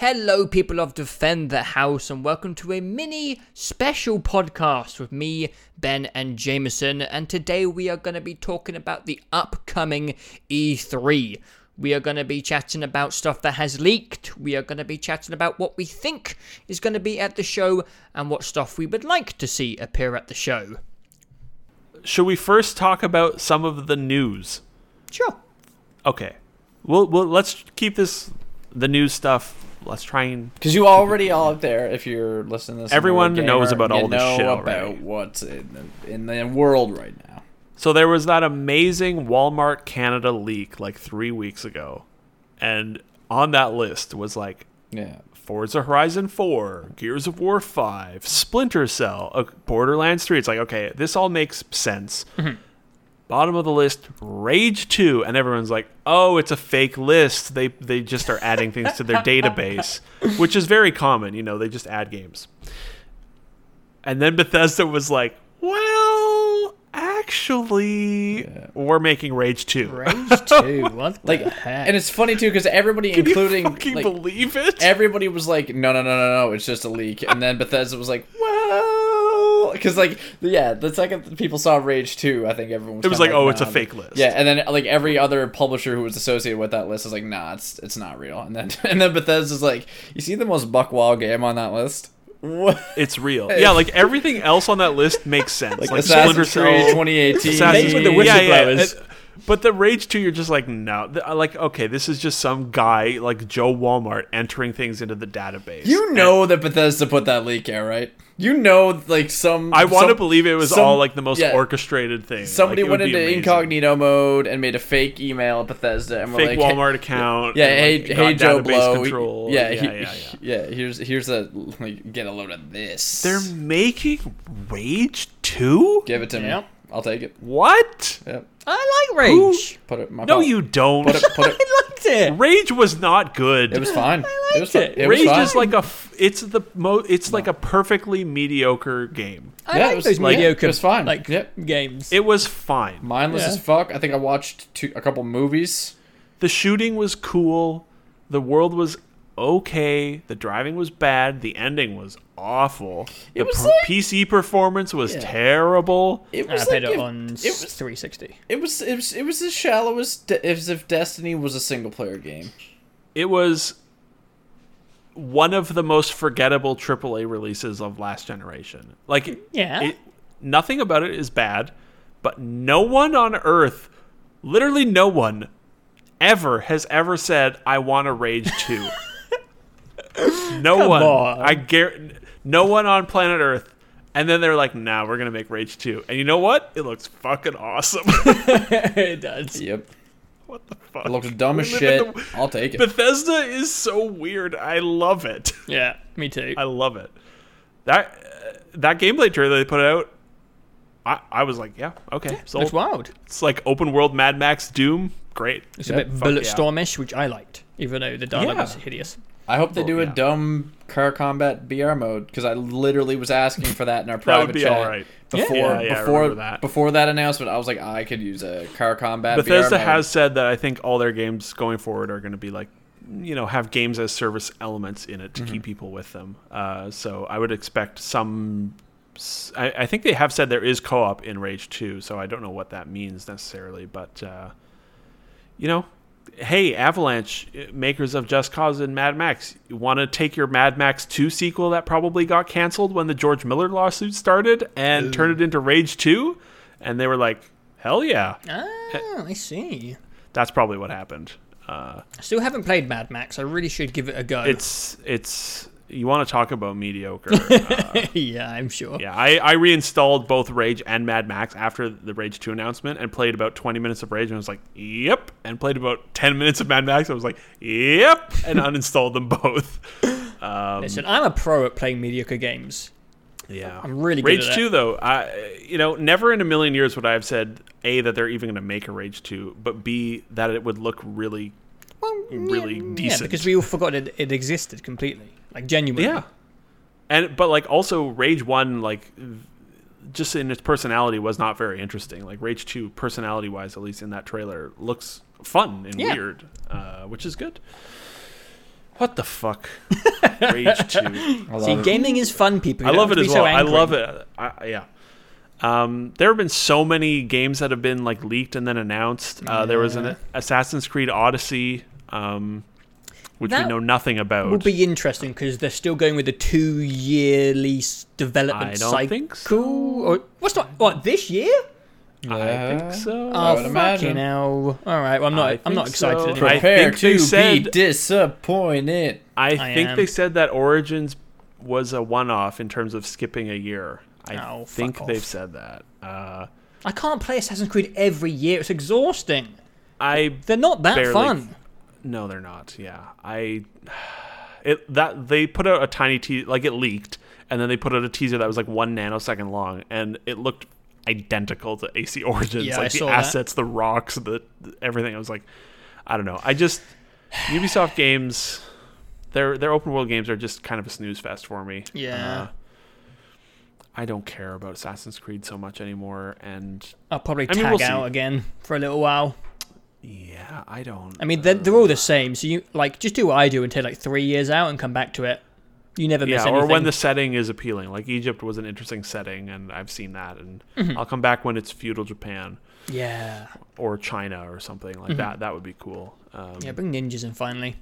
Hello, people of Defend the House, and welcome to a mini special podcast with me, Ben, and Jameson. And today we are going to be talking about the upcoming E3. We are going to be chatting about stuff that has leaked. We are going to be chatting about what we think is going to be at the show and what stuff we would like to see appear at the show. Should we first talk about some of the news? Sure. Okay. Well, well let's keep this the news stuff. Let's try and Because you already are there if you're listening to this. and you're a Everyone gamer, knows about you all this know shit about already. what's in the, in the world right now. So there was that amazing Walmart Canada leak like 3 weeks ago. And on that list was like Yeah. Forza Horizon 4, Gears of War 5, Splinter Cell, uh, Borderlands 3. It's like, okay, this all makes sense. Bottom of the list, Rage 2, and everyone's like, "Oh, it's a fake list. They they just are adding things to their database, which is very common, you know, they just add games." And then Bethesda was like, "Well, actually, we're making Rage 2." Rage 2, what Like, the heck? and it's funny too because everybody, Can including you fucking like, believe it? everybody, was like, "No, no, no, no, no, it's just a leak." And then Bethesda was like, "Well," because like, yeah, the second people saw Rage Two, I think everyone was It was kinda like, "Oh, it's a nah. fake list." Yeah, and then like every other publisher who was associated with that list is like, "Nah, it's it's not real." And then and then Bethesda's like, "You see the most buckwild game on that list?" What? It's real. Yeah, like everything else on that list makes sense. Like, Splinter Assassin's Creed Cell, 2018. Assassin's Made with the Creed. Yeah, yeah. whistleblowers. It- But the Rage 2, you're just like, no. Th- Like, okay, this is just some guy, like Joe Walmart, entering things into the database. You know that Bethesda put that leak out, right? You know, like some. I want to some- believe it was some- all like the most yeah. orchestrated thing. Somebody Like, it went would be into amazing. incognito mode and made a fake email at Bethesda, and we're Fake like, Walmart account. Yeah, and, like, hey, hey, got Joe database Blow. Control. Yeah, yeah, he- yeah, yeah. yeah, Here's here's a like, get a load of this. They're making Rage 2? Give it to me. Yep. I'll take it. What? Yep. I like Rage. Put it. My No, pop- you don't. Put it. Put it. I liked it. Rage was not good. It was fine. it was fine. liked it. It was Rage fine. is like a. F- it's the mo. It's like a perfectly mediocre game. I Yeah, it like was- those like, mediocre it was fine. Like, Yep. games. It was fine. mindless Yeah. as fuck. I think I watched two, a couple movies. The shooting was cool. The world was okay. The driving was bad. The ending was awful. The was per- like- PC performance was terrible. It I was played like it if- on It was 360. It was it was it was as shallow as, de- as if Destiny was a single player game. It was one of the most forgettable AAA releases of last generation. Like, Yeah. it, nothing about it is bad, but no one on earth, literally no one, ever has ever said, "I want to rage too." no one. on. I guarantee. No one on planet Earth. And then they're like, "Nah, we're gonna make Rage 2. And you know what? It looks fucking awesome. it does. Yep, what the fuck? it looked dumb as We live shit. in the- I'll take it. Bethesda is so weird. I love it. Yeah, me too. I love it. That uh, that gameplay trailer they put out, I, I was like, yeah, okay, sold. It's wild. It's like open world Mad Max Doom. Great. It's a bit fuck bullet yeah. stormish, which I liked, even though the dialogue Yeah. was hideous. I hope they do a yeah. dumb car combat BR mode because I literally was asking for that in our That private would be chat all right. before Yeah, yeah, I before remember that. before that announcement. I was like, I could use a car combat. Bethesda BR mode. has said that I think all their games going forward are going to be like, you know, have games as service elements in it to keep people with them. Uh, so I would expect some. s- I, I think they have said there is co-op in Rage 2, so I don't know what that means necessarily, but uh, you know, hey, Avalanche, uh, makers of Just Cause and Mad Max, you want to take your Mad Max 2 sequel that probably got canceled when the George Miller lawsuit started and turn it into Rage 2? And they were like, hell yeah. Ah, I see. That's probably what happened. Uh, I still haven't played Mad Max. I really should give it a go. it's it's you want to talk about mediocre. Uh, yeah, I'm sure. yeah, I, I reinstalled both Rage and Mad Max after the Rage Two announcement and played about twenty minutes of Rage and I was like, yep, and played about ten minutes of Mad Max. I was like, yep, and uninstalled them both. Um, Listen, I'm a pro at playing mediocre games. yeah, I'm really good Rage at that. Two though. I you know never in a million years would I have said a that they're even going to make a Rage Two, but b that it would look really Well, yeah, Really Yeah, decent. because we all forgot it, it existed completely. Like, genuinely. Yeah. And but like also Rage 1 like v- just in its personality was not very interesting. Like Rage 2 personality wise at least in that trailer looks fun and Yeah. weird, uh, which is good. What the fuck? Rage two. I See, love it. gaming is fun, people. You I don't love have it to as be well. so I angry. love it. I, yeah. Um, there have been so many games that have been like leaked and then announced. Uh, There was an Assassin's Creed Odyssey, um, which That we know nothing about. Will be interesting because they're still going with a two-year lease development I don't cycle. think so. Or what's not what this year? I think so. Oh, would fucking imagine. hell! All right, well, I'm I not. I'm think not excited. so. anymore. I Prepare think they to be said- disappointed. I, I think am. they said that Origins was a one-off in terms of skipping a year. I Oh, fuck think off. they've said that. Uh, I can't play Assassin's Creed every year. It's exhausting. I They're not that Barely. fun. No, they're not. Yeah, I it that they put out a tiny teaser, like it leaked, and then they put out a teaser that was like one nanosecond long, and it looked identical to AC Origins. Yeah, like I the saw that. assets, the rocks, the everything. I was like, I don't know. I just Ubisoft games, their their open world games are just kind of a snooze fest for me. Uh, Yeah. I don't care about Assassin's Creed so much anymore, and I'll probably I tag mean, we'll see. out again for a little while. yeah, I don't. I mean, they're, they're all the same. So you like just do what I do and take like three years out and come back to it. You never miss yeah, anything. or when the setting is appealing. Like Egypt was an interesting setting, and I've seen that. And Mm-hmm. I'll come back when it's feudal Japan yeah, or China or something Mm-hmm. like that. That would be cool. Um, yeah, bring ninjas in finally.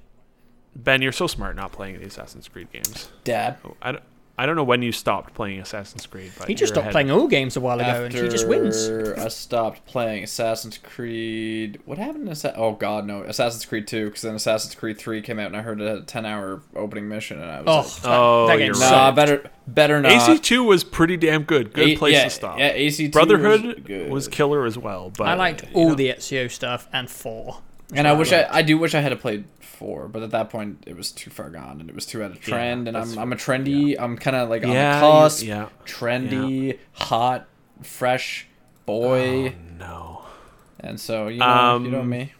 Ben, you're so smart not playing the Assassin's Creed games. Dad. Oh, I don't, I don't know when you stopped playing Assassin's Creed, but He just you're stopped ahead. playing all games a while ago, and he just wins. After I stopped playing Assassin's Creed. What happened to Assa- Oh God, no! Assassin's Creed Two, because then Assassin's Creed Three came out, and I heard it had a ten-hour opening mission, and I Oh, was that, Oh, that you're game right. like, Nah, sucked. better, better uh, not. AC2 was pretty damn good. Good A- place yeah, to stop. Yeah, AC2 was Brotherhood good. was killer as well, but I liked all the Ezio stuff and four. and I wish I, I do wish I had played four, but at that point it was too far gone and it was too out of trend. and that's I'm, I'm a trendy, I'm kind of like on Yeah, the cusp, you- yeah, trendy, hot, fresh boy, no. and so you know, you know Um, me.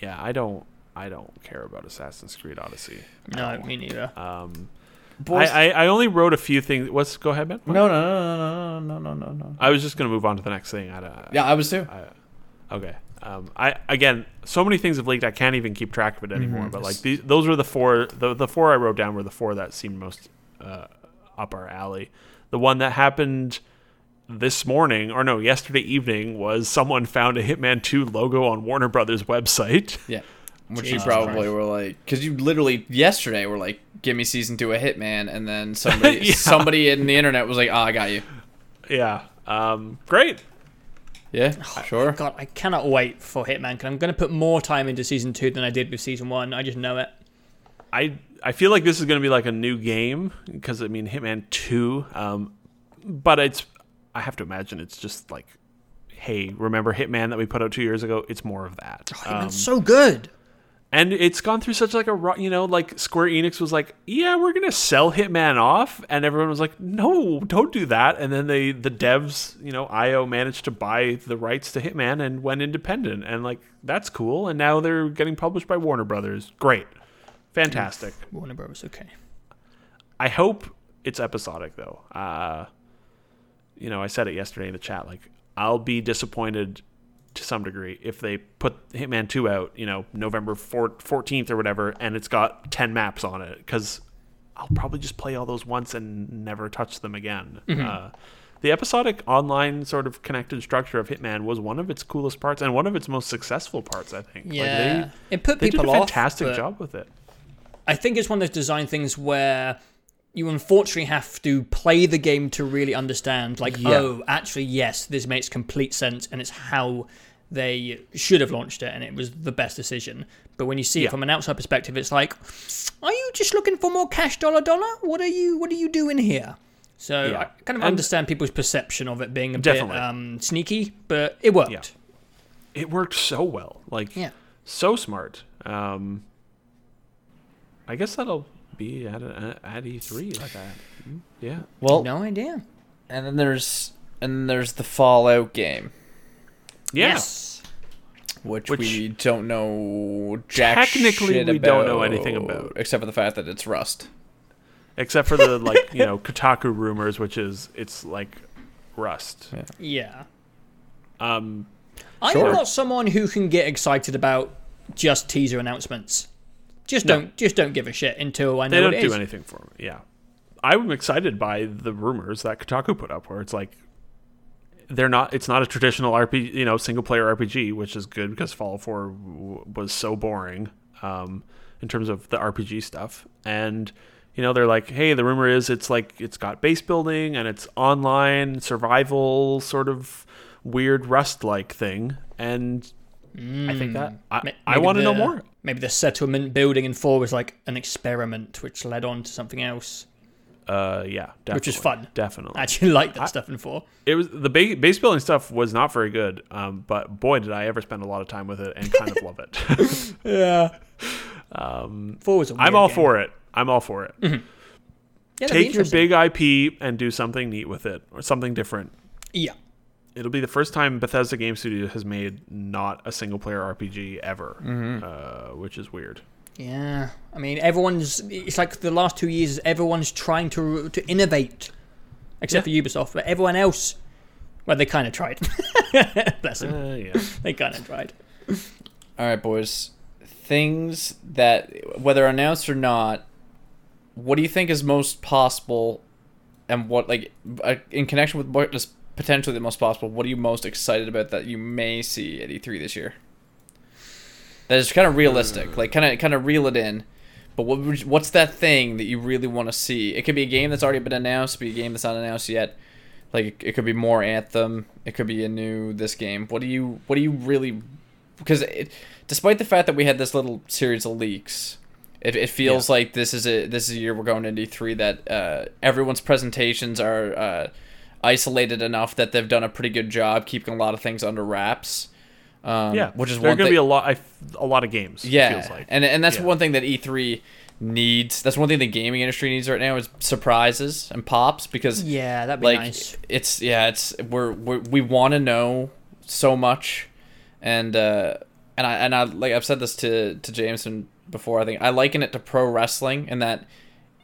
Yeah, I don't. I don't care about Assassin's Creed Odyssey. No, me neither. Um, Boys, I, I, I only wrote a few things. What's go ahead, Ben? no, no, no, no, no, no, no, no, no. I was just gonna move on to the next thing. I don't, Yeah, I was too. Okay. Um, I again, so many things have leaked. I can't even keep track of it anymore. But like these, those were the four. The, the four I wrote down were the four that seemed most uh, up our alley. The one that happened this morning, or no, yesterday evening, was someone found a Hitman Two logo on Warner Brothers website. Yeah. Which Jesus you probably Christ. were like, because you literally yesterday were like, "Give me season two of Hitman," and then somebody, Yeah. somebody in the internet was like, "Ah, I got you." yeah. Um, great. Yeah, sure. God, I cannot wait for Hitman because I'm going to put more time into season two than I did with season one. I just know it. I I feel like this is going to be like a new game because I mean Hitman Two, um, but it's I have to imagine it's just like, hey, remember Hitman that we put out two years ago? It's more of that, Hitman's Um, so good. and it's gone through such like a ru- you know like Square Enix was like, yeah, we're gonna sell Hitman off, and everyone was like, no, don't do that, and then they the devs you know IO managed to buy the rights to Hitman and went independent, and like that's cool, and now they're getting published by Warner Brothers. Great, fantastic. Warner Bros. Okay. I hope it's episodic though. Uh, you know, I said it yesterday in the chat. Like, I'll be disappointed to some degree if they put Hitman Two out, you know, November fourteenth or whatever, and it's got ten maps on it because I'll probably just play all those once and never touch them again. Uh, the episodic online sort of connected structure of Hitman was one of its coolest parts and one of its most successful parts, I think. Like, they- Yeah, it put they, people did a fantastic off. but job with it. I think it's one of those design things where you unfortunately have to play the game to really understand. Like, Yeah. oh, actually, yes, this makes complete sense, and it's how they should have launched it, and it was the best decision. But when you see Yeah. it from an outside perspective, it's like, are you just looking for more cash, dollar, dollar? What are you? What are you doing here? So Yeah. I kind of And- understand people's perception of it being a Definitely. bit um, sneaky, but it worked. Yeah. It worked so well. Like, Yeah. so smart. Um, I guess that'll be at a, at E three like that. Yeah, Well, No idea. and then there's and then there's the Fallout game, yeah. Yes. which, Which- we don't know jack Technically, shit we don't know about, anything about. except for the fact that it's Rust. Except for the like you know Kotaku rumors, which is it's like Rust. Yeah. Um, I'm Sure. not someone who can get excited about just teaser announcements. Just No. don't just don't give a shit until I know They what don't it do is. anything for me. Yeah. I'm excited by the rumors that Kotaku put up where it's like they're not it's not a traditional RPG, you know, single player RPG, which is good because Fallout 4 w- was so boring um in terms of the RPG stuff. And you know, they're like, "Hey, the rumor is it's like it's got base building and it's online survival sort of weird rust like thing." And I think that I, Mm. Ma- I maybe want to know the- more. Maybe the settlement building in four was like an experiment which led on to something else. Uh yeah, definitely. Which is fun. Definitely. I actually like that stuff in four. it was the ba- base building stuff was not very good um, but boy did i ever spend a lot of time with it and kind of love it Yeah. Um, four was a weird i'm all game. for it i'm all for it Yeah, that'd be take your interesting. big ip and do something neat with it or something different Yeah. it'll be the first time bethesda game studio has made not a single player rpg ever uh, which is weird Yeah, I mean, everyone's. It's like the last two years, everyone's trying to to innovate, except for Ubisoft. But everyone else, well, they kind of tried. Bless them, uh, yeah they kind of tried. All right, boys. Things that, whether announced or not, what do you think is most possible, and what like uh, in connection with what is potentially the most possible? What are you most excited about that you may see at E3 this year? That is kind of realistic, like kind of kind of reel it in. But what would you- what's that thing that you really want to see? It could be a game that's already been announced, it could be a game that's not announced yet. Like it, it could be more Anthem, it could be a new this game. What do you what do you really because it, despite the fact that we had this little series of leaks, it, it feels like this is a this is a year we're going into E three that uh, everyone's presentations are uh, isolated enough that they've done a pretty good job keeping a lot of things under wraps. Um, yeah which is there one gonna thing. be a lot I f- a lot of games it yeah, feels like and and that's Yeah. one thing that E three needs. That's one thing the gaming industry needs right now is surprises and pops because Yeah, that'd be like nice. it's yeah it's we're, we're we want to know so much and uh and i and i like i've said this to to jameson before i think i liken it to pro wrestling in that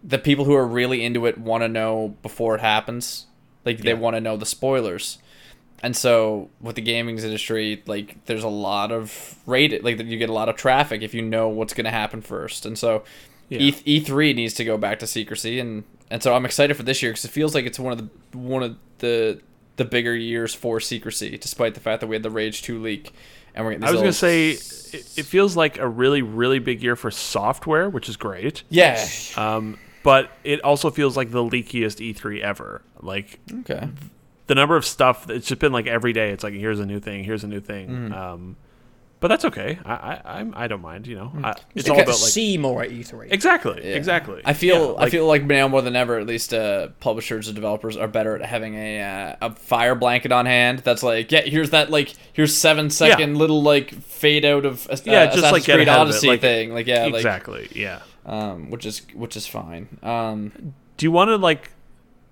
the people who are really into it want to know before it happens like they Yeah. want to know the spoilers and so with the gaming industry like there's a lot of rated like you get a lot of traffic if you know what's going to happen first and so Yeah. E three needs to go back to secrecy, and and so I'm excited for this year because it feels like it's one of the one of the the bigger years for secrecy, despite the fact that we had the Rage two leak, and we're getting. I was going gonna say it, it feels like a really really big year for software, which is great. yeah, Um, but it also feels like the leakiest E3 ever. Like okay, the number of stuff, it's just been like every day. It's like here's a new thing, here's a new thing. Mm-hmm. Um, but that's okay. I I, I'm, I don't mind. You know, Mm. I, it's all Got to about like see more at E E3. exactly, Yeah. exactly. I feel Yeah, like, I feel like now more than ever, at least uh, publishers and developers are better at having a uh, a fire blanket on hand. That's like yeah, here's that like here's seven second little like fade out of uh, Yeah, just, Assassin's like, get Creed ahead of it, Odyssey like- thing. Like yeah, like exactly. yeah. um, which is which is fine. Um, Do you want to like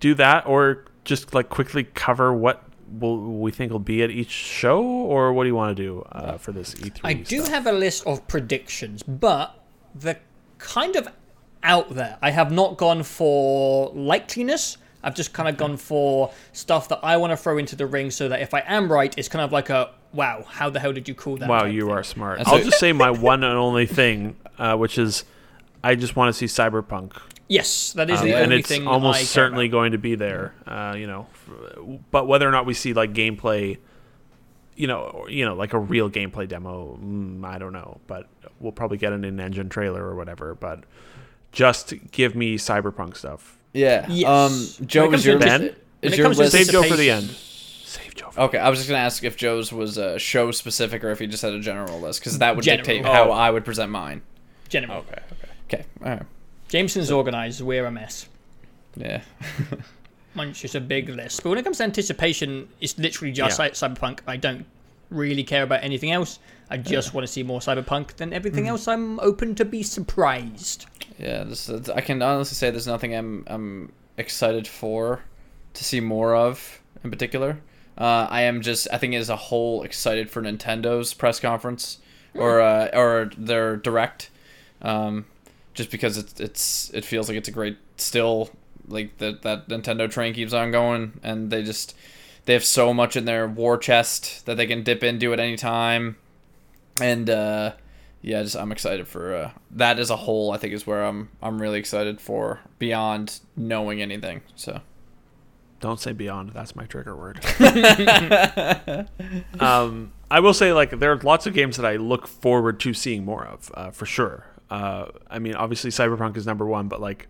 do that or just like quickly cover what? Will we think will be at each show, or what do you want to do uh, for this E3? I do stuff? have a list of predictions, but they're kind of out there. I have not gone for likeliness. I've just kind of gone for stuff that I want to throw into the ring so that if I am right, it's kind of like a wow, how the hell did you call that? Wow, type you thing. are smart. That's I'll it. just say my one and only thing, uh, which is I just want to see Cyberpunk, Yes, that is Um, the and only it's thing I care almost certainly about. going to be there. Uh, you know, f- but whether or not we see like gameplay, you know, or, you know, like a real gameplay demo, mm, I don't know. But we'll probably get an in-engine trailer or whatever. But just give me Cyberpunk stuff. Yeah. Yes. Um, Joe, When it is your comes to- Ben? is when it your comes to list- Save Joe for the Anticipation. end. Save Joe. For Oh. Okay, I was just gonna ask if Joe's was uh, show specific or if he just had a general list because that would General. dictate Oh. how I would present mine. General. Okay. All right. Jameson's organised. We're a mess. Yeah. Mine's just a big list. But when it comes to anticipation, it's literally just Yeah. like Cyberpunk. I don't really care about anything else. I just want to see more Cyberpunk than Mm. everything else. I'm open to be surprised. Yeah. This is, I can honestly say there's nothing I'm I'm excited for to see more of in particular. Uh, I am just I think as a whole excited for Nintendo's press conference or uh, or their direct, um, just because it's it's it feels like it's a great still like that that Nintendo train keeps on going and they just they have so much in their war chest that they can dip into at any time, and uh, yeah, just I'm excited for uh, that as a whole. I think is where I'm I'm really excited for beyond knowing anything. So Don't say beyond. That's my trigger word. um, I will say, like, there are lots of games that I look forward to seeing more of, uh, for sure. Uh, I mean, obviously, Cyberpunk is number one, but, like,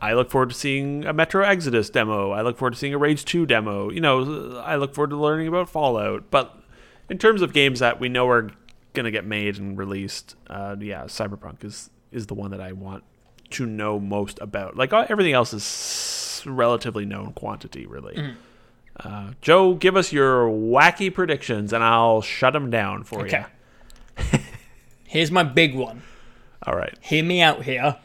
I look forward to seeing a Metro Exodus demo. I look forward to seeing a Rage 2 demo. You know, I look forward to learning about Fallout. But in terms of games that we know are going to get made and released, uh, yeah, Cyberpunk is, is the one that I want to know most about. Like, uh, everything else is s- relatively known quantity, really. Uh, Joe, give us your wacky predictions, and I'll shut them down for Okay. you. Here's my big one. All right. Hear me out here.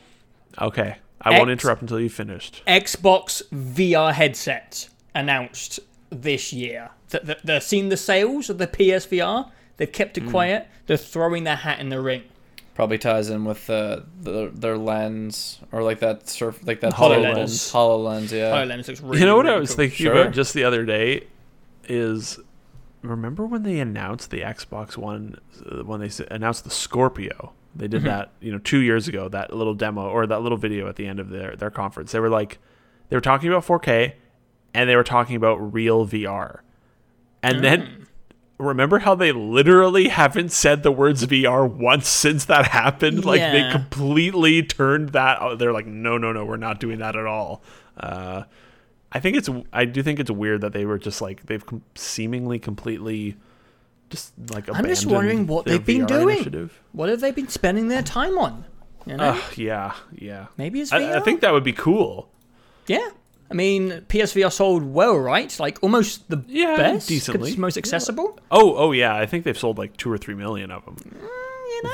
Okay. I won't Ex- interrupt until you finished. Xbox VR headsets announced this year. Th- th- They've seen the sales of the PSVR. They've kept Mm. it quiet. They're throwing their hat in the ring. probably ties in with uh, the, their lens or like that surf like that HoloLens. Hololens, yeah. HoloLens Oh, looks really You know what I really was cool. thinking Sure. about just the other day is remember when they announced the Xbox One uh, when they s- announced the Scorpio? They did that, you know, 2 years ago, that little demo or that little video at the end of their their conference. They were like they were talking about 4K and they were talking about real VR. And then remember how they literally haven't said the words VR once since that happened? Like they Yeah. completely turned that out. They're like, no, no, no, we're not doing that at all. Uh, I think it's I do think it's weird that they were just like they've com- seemingly completely just like I'm just abandoned wondering what their they've been VR doing. Initiative. What have they been spending their time on? You know? Ugh, yeah, yeah. Maybe it's I, I VR? think that would be cool. yeah. I mean, PSVR sold well, right? Like almost the Yeah, best, 'cause decently. it's most accessible. Oh, oh yeah. I think they've sold like two or three million of them, Mm,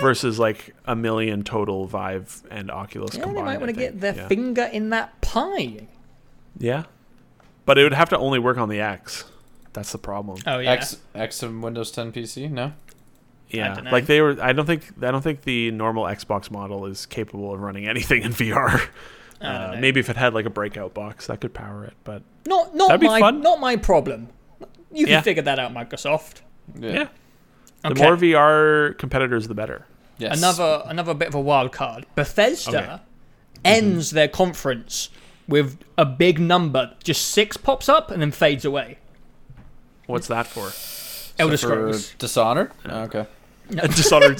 versus like a million total Vive and Oculus Yeah, combined. they might I want to get think. their yeah. finger in that pie. Yeah, but it would have to only work on the X. That's the problem. Oh X X and Windows 10 PC, no. yeah, dunno. like they were. I don't think. I don't think the normal Xbox model is capable of running anything in VR. don't Uh, know. maybe if it had like a breakout box, that could power it. But Not not That'd be my fun. not my problem. You can Yeah. figure that out, Microsoft. yeah, the Okay. more VR competitors, the better. Yes. another another bit of a wild card. Bethesda ends their conference with a big number. Just six pops up and then fades away. What's that for? Elder for Scrolls. Dishonored? Oh, okay. Dishonored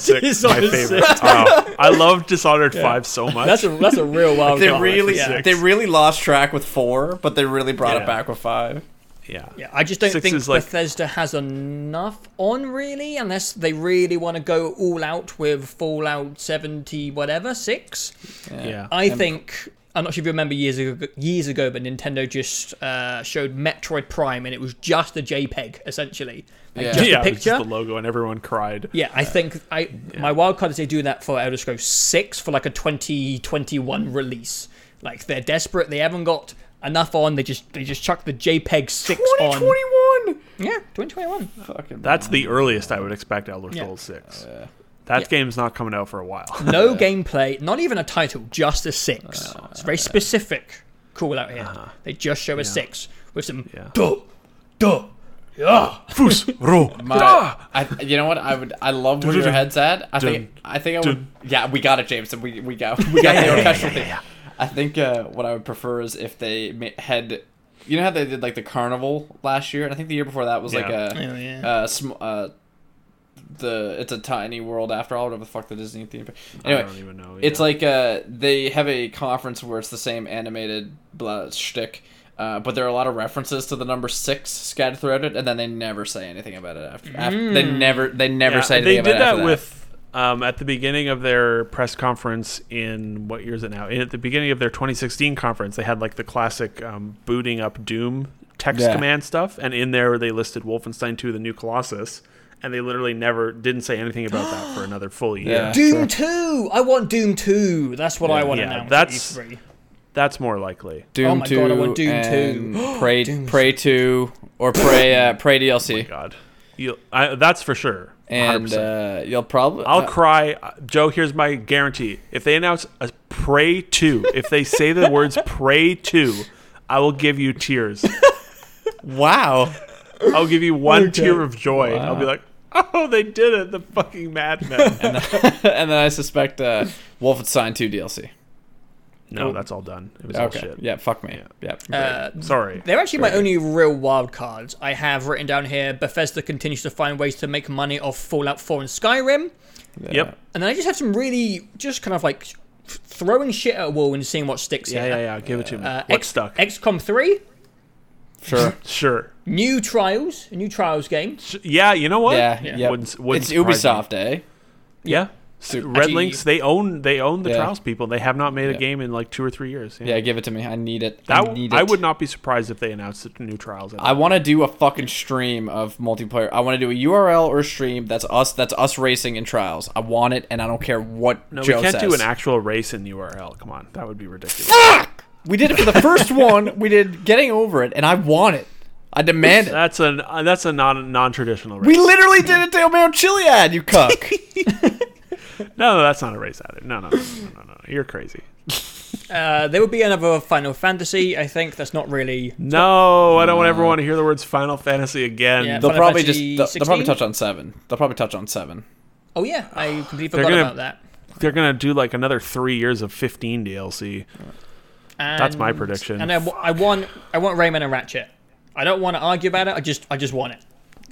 six, Dishonored my favorite. Oh, I love Dishonored five so much. That's a that's a real wild card. yeah. six. they really lost track with 4, but they really brought Yeah. it back with 5. yeah, Yeah, I just don't Six think is like- Bethesda has enough on really, unless they really want to go all out with Fallout seventy whatever six. yeah. I think I'm not sure if you remember years ago, years ago, but Nintendo just uh, showed Metroid Prime, and it was just a JPEG essentially, like Yeah. just a yeah, it was picture. just the logo, and everyone cried. yeah, I think I my wild card is they do that for Elder Scrolls Six for like a 2021 release. Like they're desperate, they haven't got enough on. They just they just chuck the JPEG six on. Yeah, 2021. Fucking That's the earliest I would expect Elder Yeah. Scrolls six. that game's not coming out for a while. No gameplay, not even a title, just a six. Oh, it's very specific. Call out here. They just show a six with some Uh-huh. Yeah. duh, duh, yeah. Fus, ro, My- da. I, you know what? I would. I love where your Dun-dun-dun. head's at. I think. Ah! Dun. I think I would. Dun. Yeah, we got it, Jameson. We we got we got the orchestral thing. I think uh, what I would prefer is if they ma- had. You know how they did like the carnival last year, and I think the year before that was like Yeah. a, Oh, yeah. uh, sm- uh, the it's a tiny world after all whatever the fuck the Disney theme. Anyway, I don't even know. it's yeah. like uh, they have a conference where it's the same animated blah shtick, uh, but there are a lot of references to the number six scattered throughout it, and then they never say anything about it after. after they never, they never Hmm. Yeah, say anything they about did it after that with um, at the beginning of their press conference in what year is it now? At the beginning of their 2016 conference, they had like the classic um, booting up Doom text Yeah. command stuff, and in there they listed Wolfenstein 2: The New Colossus, and they literally never didn't say anything about that for another full year. Yeah. Doom Two. I want Doom Two. That's what I want E Yeah, to announce. that's- at E3. That's more likely. Doom Oh my God, I want Doom and 2. Prey, Doom's- Prey Two, or Prey, uh, Prey DLC, Oh God, you, I, that's for sure. and 100%. uh, you'll probably. I'll uh, cry, Uh, Joe. Here's my guarantee: if they announce a "Pray to," if they say the words "Pray to," I will give you tears. wow. I'll give you one tear of joy. I'll be like, oh, they did it. The fucking madmen. and then I suspect uh, Wolfenstein 2 DLC. no, that's all done. It was all Okay. Oh, shit. Yeah, fuck me. Yeah. Uh, Sorry. They're actually my only real wild cards I have written down here. Bethesda continues to find ways to make money off Fallout 4 and Skyrim. Yeah. Yep. And then I just have some really just kind of like th- throwing shit at a wall and seeing what sticks Yeah, here. yeah, yeah. Give it to me. Uh, What's X- stuck? XCOM 3, Sure. sure. new trials, a new trials game. Sh- Yeah, you know what? Yeah, Yeah. yeah. Wouldn't s- wouldn't it's surprise Ubisoft, eh? Yeah. S- Red actually- Links, they own they own the Yeah. Trials people. They have not made a Yeah. game in like two or three years. Yeah, give it to me. I need it. That, I w- need it. I would not be surprised if they announced the new Trials. I want to do a fucking stream of multiplayer. I want to do a URL or stream that's us. That's us racing in trials. I want it, and I don't care what no, Joe we can't says. do an actual race in URL. Come on, that would be ridiculous. we did it for the first one. We did getting over it, and I want it. I demand it. That's an uh, that's a non non traditional race. We literally did it to El Mayo Chiliad, you cuck. no, no, that's not a race either. No, no, no, no, no, no. You're crazy. Uh, there would be another Final Fantasy. I think that's not really. No, I don't want everyone to hear the words Final Fantasy again. Yeah, They'll Final probably just Fantasy they'll, they'll probably 16? touch on seven. They'll probably touch on seven. Oh yeah, I completely forgot gonna- about that. They're gonna do like another three years of 15 DLC. And, That's my prediction. And I, w- I want I want Rayman and Ratchet. I don't want to argue about it. I just I just want it.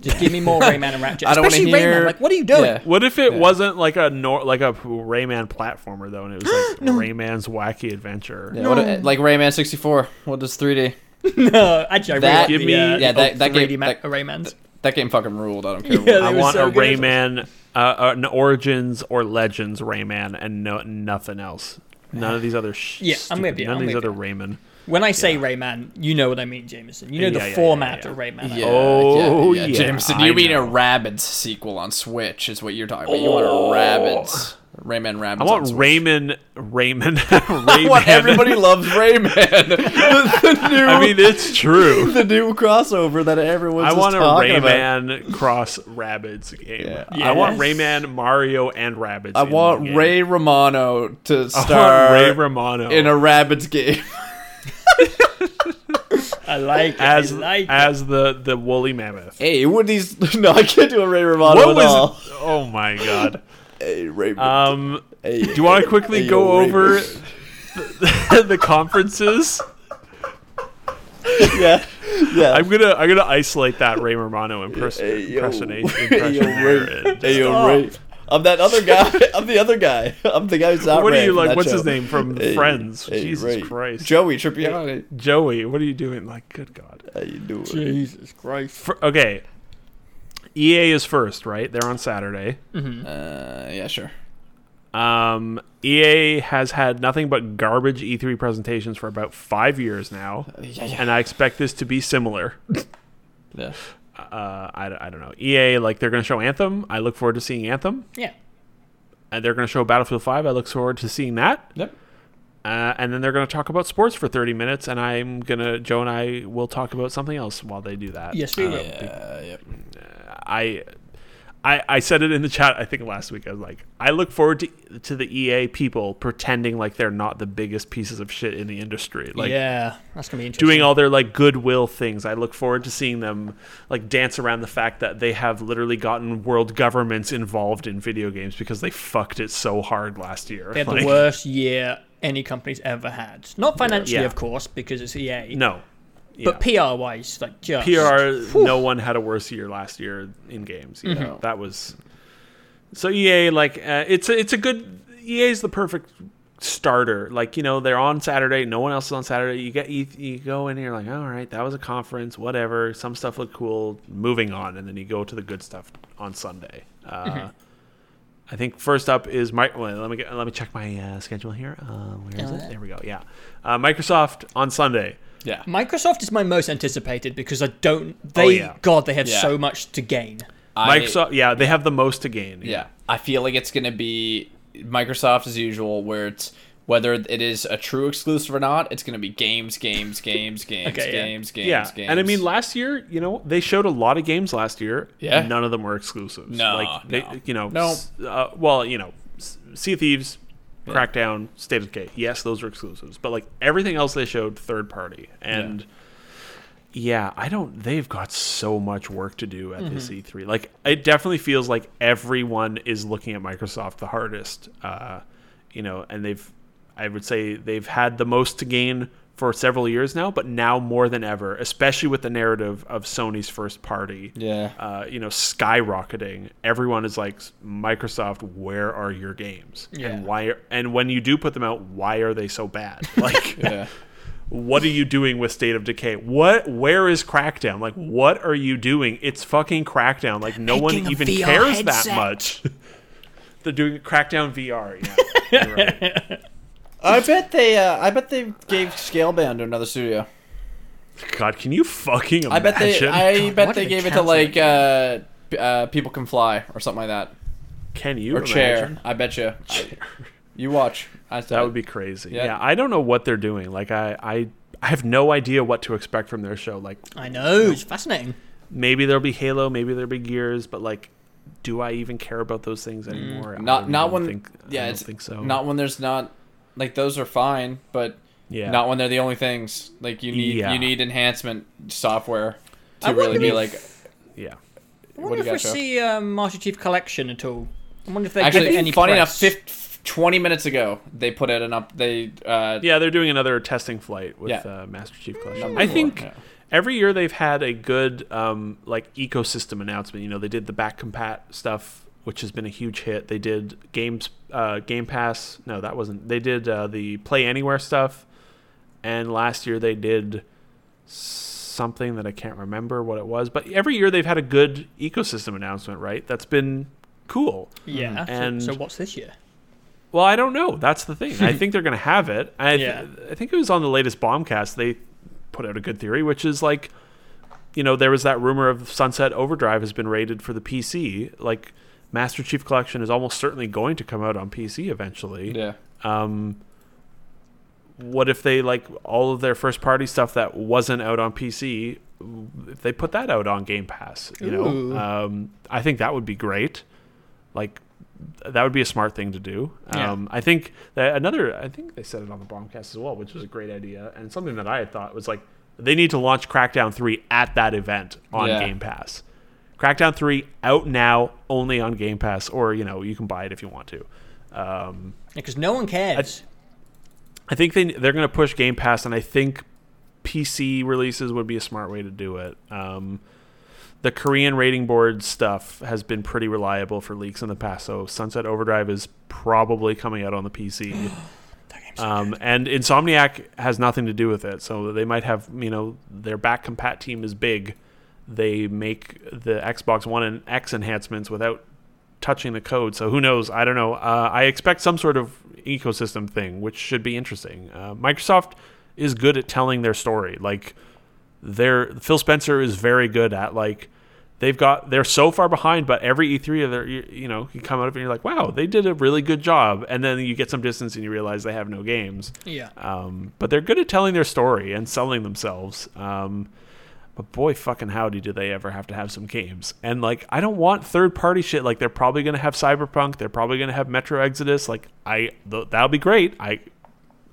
Just give me more Rayman and Ratchet. I don't wanna Especially Rayman. hear- Like, what are you doing? Yeah. What if it wasn't like a nor- like a Rayman platformer though, and it was like Rayman's Wacky Adventure? Yeah, what a- like Rayman sixty four. What does three D? No, Uh, actually, I That- really Give me- uh, yeah, that- that 3D game- ma- uh, that- Raymans. That game fucking ruled. I don't care. Yeah, what- I They were want so a good. Rayman, uh, an Origins or Legends Rayman, and no nothing else. None of these other sh- Yeah, I'm with stupid- you, None I'm of these with other Rayman. When I say Rayman, you know what I mean, Jameson. You know Yeah, the yeah, format yeah, yeah. of Rayman. Yeah, Oh, yeah, yeah, Jameson, I you mean know. a Rabbids sequel on Switch is what you're talking about. You want a Rabbids, Rayman Rabbids. Oh. I want on Switch. Rayman, Rayman, I want Rayman. everybody loves Rayman. the, the new, I mean, it's true. the new crossover that everyone's. I just want a talking about. Rayman cross Rabbids game. Yeah. I want Yes. Rayman, Mario, and Rabbids. I in the want game. Ray Romano to I want star Ray Romano in a Rabbids game. I like it. as I like it. as the the woolly mammoth. hey, would these? No, I can't do a Ray Romano What at was? all. Oh my god. Hey, Ray. Um, hey, do you want to quickly hey, go yo, Ray over Romano. the, the conferences? yeah, yeah. I'm gonna I'm gonna isolate that Ray Romano imperson- Hey, yo. impersonation. Hey, yo, impression there Ray. and Hey, just- yo, Ray. I'm that other guy. I'm the other guy. I'm the guy who's not What are Ray you from like? that What's show. his name from Hey, Friends? hey, Jesus Ray. Christ, Joey Tribbiani. Joey, what are you doing? Like, good God. How you doing? Jesus Christ. Fir- okay. EA is first, right? They're on Saturday. Uh, yeah, sure. Um, EA has had nothing but garbage E3 presentations for about five years now, Yeah, yeah. and I expect this to be similar. yeah. Uh, I, d- I don't know. EA, like, they're going to show Anthem. I look forward to seeing Anthem. Yeah. And they're going to show Battlefield 5. I look forward to seeing that. Yep. Uh, and then they're going to talk about sports for 30 minutes, and I'm going to, Joe and I will talk about something else while they do that. Yes, we will. Uh, yep. I, I, I said it in the chat. I think last week. I was like, I look forward to to the EA people pretending like they're not the biggest pieces of shit in the industry. Like. yeah, that's gonna be interesting. Doing all their like goodwill things, I look forward to seeing them like dance around the fact that they have literally gotten world governments involved in video games because they fucked it so hard last year. They had Like, the worst year any company's ever had. Not financially, Yeah. of course, because it's EA. No, Yeah. But PR wise, like just PR, no one had a worse year last year in games. You know that was so EA like uh, it's a, it's a good EA is the perfect starter. Like you know they're on Saturday, no one else is on Saturday. You get you, you go in here like all right, that was a conference, whatever. Some stuff looked cool, moving on, and then you go to the good stuff on Sunday. Uh, I think first up is my. Wait, let me get, let me check my uh, schedule here. Uh, where is it? There we go. Yeah, uh, Microsoft on Sunday. Yeah. Microsoft is my most anticipated because I don't. They Oh, yeah. God, they had Yeah. so much to gain. I- Microsoft, yeah, they have the most to gain. Yeah. I feel like it's going to be Microsoft as usual, where it's whether it is a true exclusive or not, it's going to be games, games, games, games, Okay, yeah. games, games, yeah, games. and I mean, last year, you know, they showed a lot of games last year. Yeah. none of them were exclusives. No, like they, no. you know, No. s- uh, well, you know, s- Sea of Thieves, Crackdown, State of Decay. Yes, those were exclusives, but like everything else they showed, third party, and yeah, I don't. They've got so much work to do at this E3. Like, it definitely feels like everyone is looking at Microsoft the hardest. Uh, you know, and they've, I would say, they've had the most to gain for several years now, but now more than ever, especially with the narrative of Sony's first party. Yeah. Uh, you know, skyrocketing. Everyone is like, Microsoft, where are your games? Yeah. And why? Are, and when you do put them out, why are they so bad? Like, Yeah. what are you doing with State of Decay? What where is Crackdown? Like what are you doing? It's fucking Crackdown. Like no Making one a even VR cares headset. that much. They're doing Crackdown VR. Yeah. You're right. I bet they. Uh, I bet they gave Scalebound to another studio. God, can you fucking imagine? I bet they. I why bet did they they gave it to cancel like uh, p- uh, people can fly or something like that can you or imagine? chair. I bet you. You watch. I That would be crazy. Yeah. Yeah. I don't know what they're doing. Like I, I I have no idea what to expect from their show. Like I know. It's fascinating. maybe there'll be Halo, maybe there'll be Gears, but like do I even care about those things anymore? I Mm, not don't not even when. think, yeah, I don't it's think so. not when there's not like those are fine, but yeah. not when they're the only things. Like you need Yeah. you need enhancement software to I really wonder be if- like. yeah. I What do wonder if you we got, Joe? see um, Master Chief Collection at all. I wonder if they give it Actually, any funny press. enough, 50, 20 minutes ago they put out an up. They uh, Yeah, they're doing another testing flight with Yeah. uh, Master Chief Collection. Number I four, think yeah. every year they've had a good um, like ecosystem announcement. You know, they did the back compat stuff, which has been a huge hit. They did games, uh, Game Pass. No, that wasn't. They did uh, the Play Anywhere stuff, and last year they did something that I can't remember what it was. But every year they've had a good ecosystem announcement, right? That's been cool. Yeah. so- Mm. And- so what's this year? Well, I don't know. That's the thing. I think they're going to have it. I, th- Yeah. I think it was on the latest Bombcast. They put out a good theory, which is like, you know, there was that rumor of Sunset Overdrive has been rated for the PC. Like, Master Chief Collection is almost certainly going to come out on PC eventually. yeah. Um, what if they like all of their first party stuff that wasn't out on PC? If they put that out on Game Pass, you Ooh. know, um, I think that would be great. Like, th- that would be a smart thing to do. Yeah. Um, I think that another, I think they said it on the Bombcast as well, which was a great idea and something that I had thought was like they need to launch Crackdown three at that event on Yeah. Game Pass. Crackdown three out now, only on Game Pass, or you know you can buy it if you want to. Um, Because no one cares. I think they they're going to push Game Pass, and I think PC releases would be a smart way to do it. Um, the Korean rating board stuff has been pretty reliable for leaks in the past, so Sunset Overdrive is probably coming out on the PC. That game's- Um, and Insomniac has nothing to do with it, so they might have you know their back compat team is big. They make the Xbox One and X enhancements without touching the code, so who knows? I don't know. Uh, I expect some sort of ecosystem thing, which should be interesting. Uh, Microsoft is good at telling their story. Like they're Phil Spencer is very good at like. They've got they're so far behind, but every E3 of their you you know you come out of it and you're like, wow, they did a really good job, and then you get some distance and you realize they have no games. yeah. Um, but they're good at telling their story and selling themselves. Um, but boy, fucking howdy, do they ever have to have some games? And like, I don't want third party shit. Like, they're probably gonna have Cyberpunk. They're probably gonna have Metro Exodus. Like, I th- that'll be great. I